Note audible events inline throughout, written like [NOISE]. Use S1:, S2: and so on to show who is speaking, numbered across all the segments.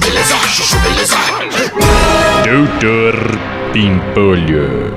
S1: Beleza, chuchu, beleza.
S2: Doutor Pimpolho.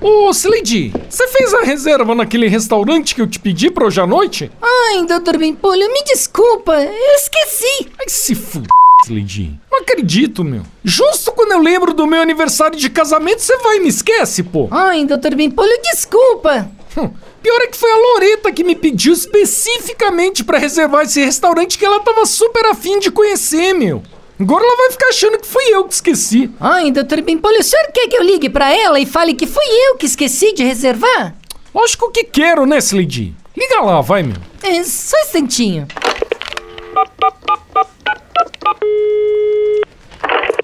S3: Ô, Slade, você fez a reserva naquele restaurante que eu te pedi pra hoje à noite?
S4: Ai, doutor Bimpolho, me desculpa, eu esqueci.
S3: Ai, se f... Slade. Não acredito, meu. Justo quando eu lembro do meu aniversário de casamento, você vai e me esquece, pô. Ah,
S4: Ai, doutor Bimpolho, desculpa.
S3: Hum, Pior é que foi a Loreta que me pediu especificamente pra reservar esse restaurante que ela tava super afim de conhecer, meu. Agora ela vai ficar achando que fui eu que esqueci.
S4: Ai, doutor Bimpolho, o senhor quer que eu ligue pra ela e fale que fui eu que esqueci de reservar?
S3: Lógico que quero, né, Slade? Liga lá, vai, meu.
S4: É, só um instantinho.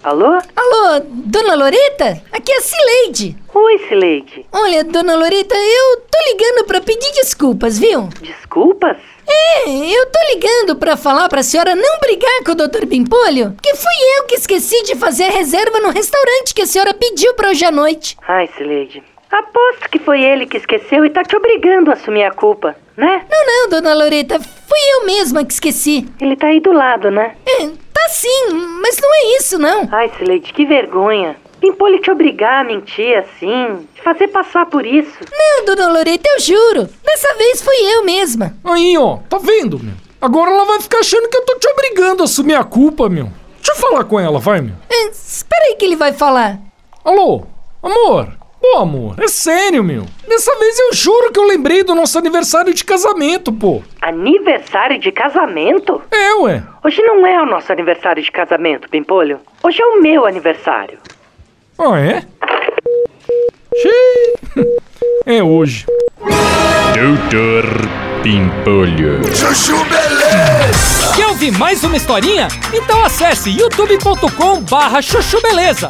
S5: Alô?
S4: Alô, dona Loreta? Aqui é a Cileide.
S5: Oi, Sileide.
S4: Olha, dona Loreta, eu tô ligando pra pedir desculpas, viu?
S5: Desculpas?
S4: É, eu tô ligando pra falar pra senhora não brigar com o Dr. Bimpolho, que fui eu que esqueci de fazer a reserva no restaurante que a senhora pediu pra hoje à noite.
S5: Ai, Sileide. Aposto que foi ele que esqueceu e tá te obrigando a assumir a culpa, né?
S4: Não, não, dona Loreta, fui eu mesma que esqueci.
S5: Ele tá aí do lado, né?
S4: É, tá sim, mas não é isso, não.
S5: Ai, Sileide, que vergonha. Pimpou ele te obrigar a mentir assim, te fazer passar por isso.
S4: Não, dona Loreta, eu juro. Dessa vez fui eu mesma.
S3: Aí, ó, tá vendo, meu? Agora ela vai ficar achando que eu tô te obrigando a assumir a culpa, meu. Deixa eu falar com ela, vai, meu.
S4: É, espera aí que ele vai falar.
S3: Alô, amor? Pô, amor, é sério, meu. Dessa vez eu juro que eu lembrei do nosso aniversário de casamento, pô.
S5: Aniversário de casamento?
S3: É, ué.
S5: Hoje não é o nosso aniversário de casamento, Pimpolho. Hoje é o meu aniversário.
S3: Ah, é? Xiii. [LAUGHS] É hoje.
S2: Doutor Pimpolho.
S1: Chuchu, beleza.
S6: Quer ouvir mais uma historinha? Então acesse youtube.com barra chuchu beleza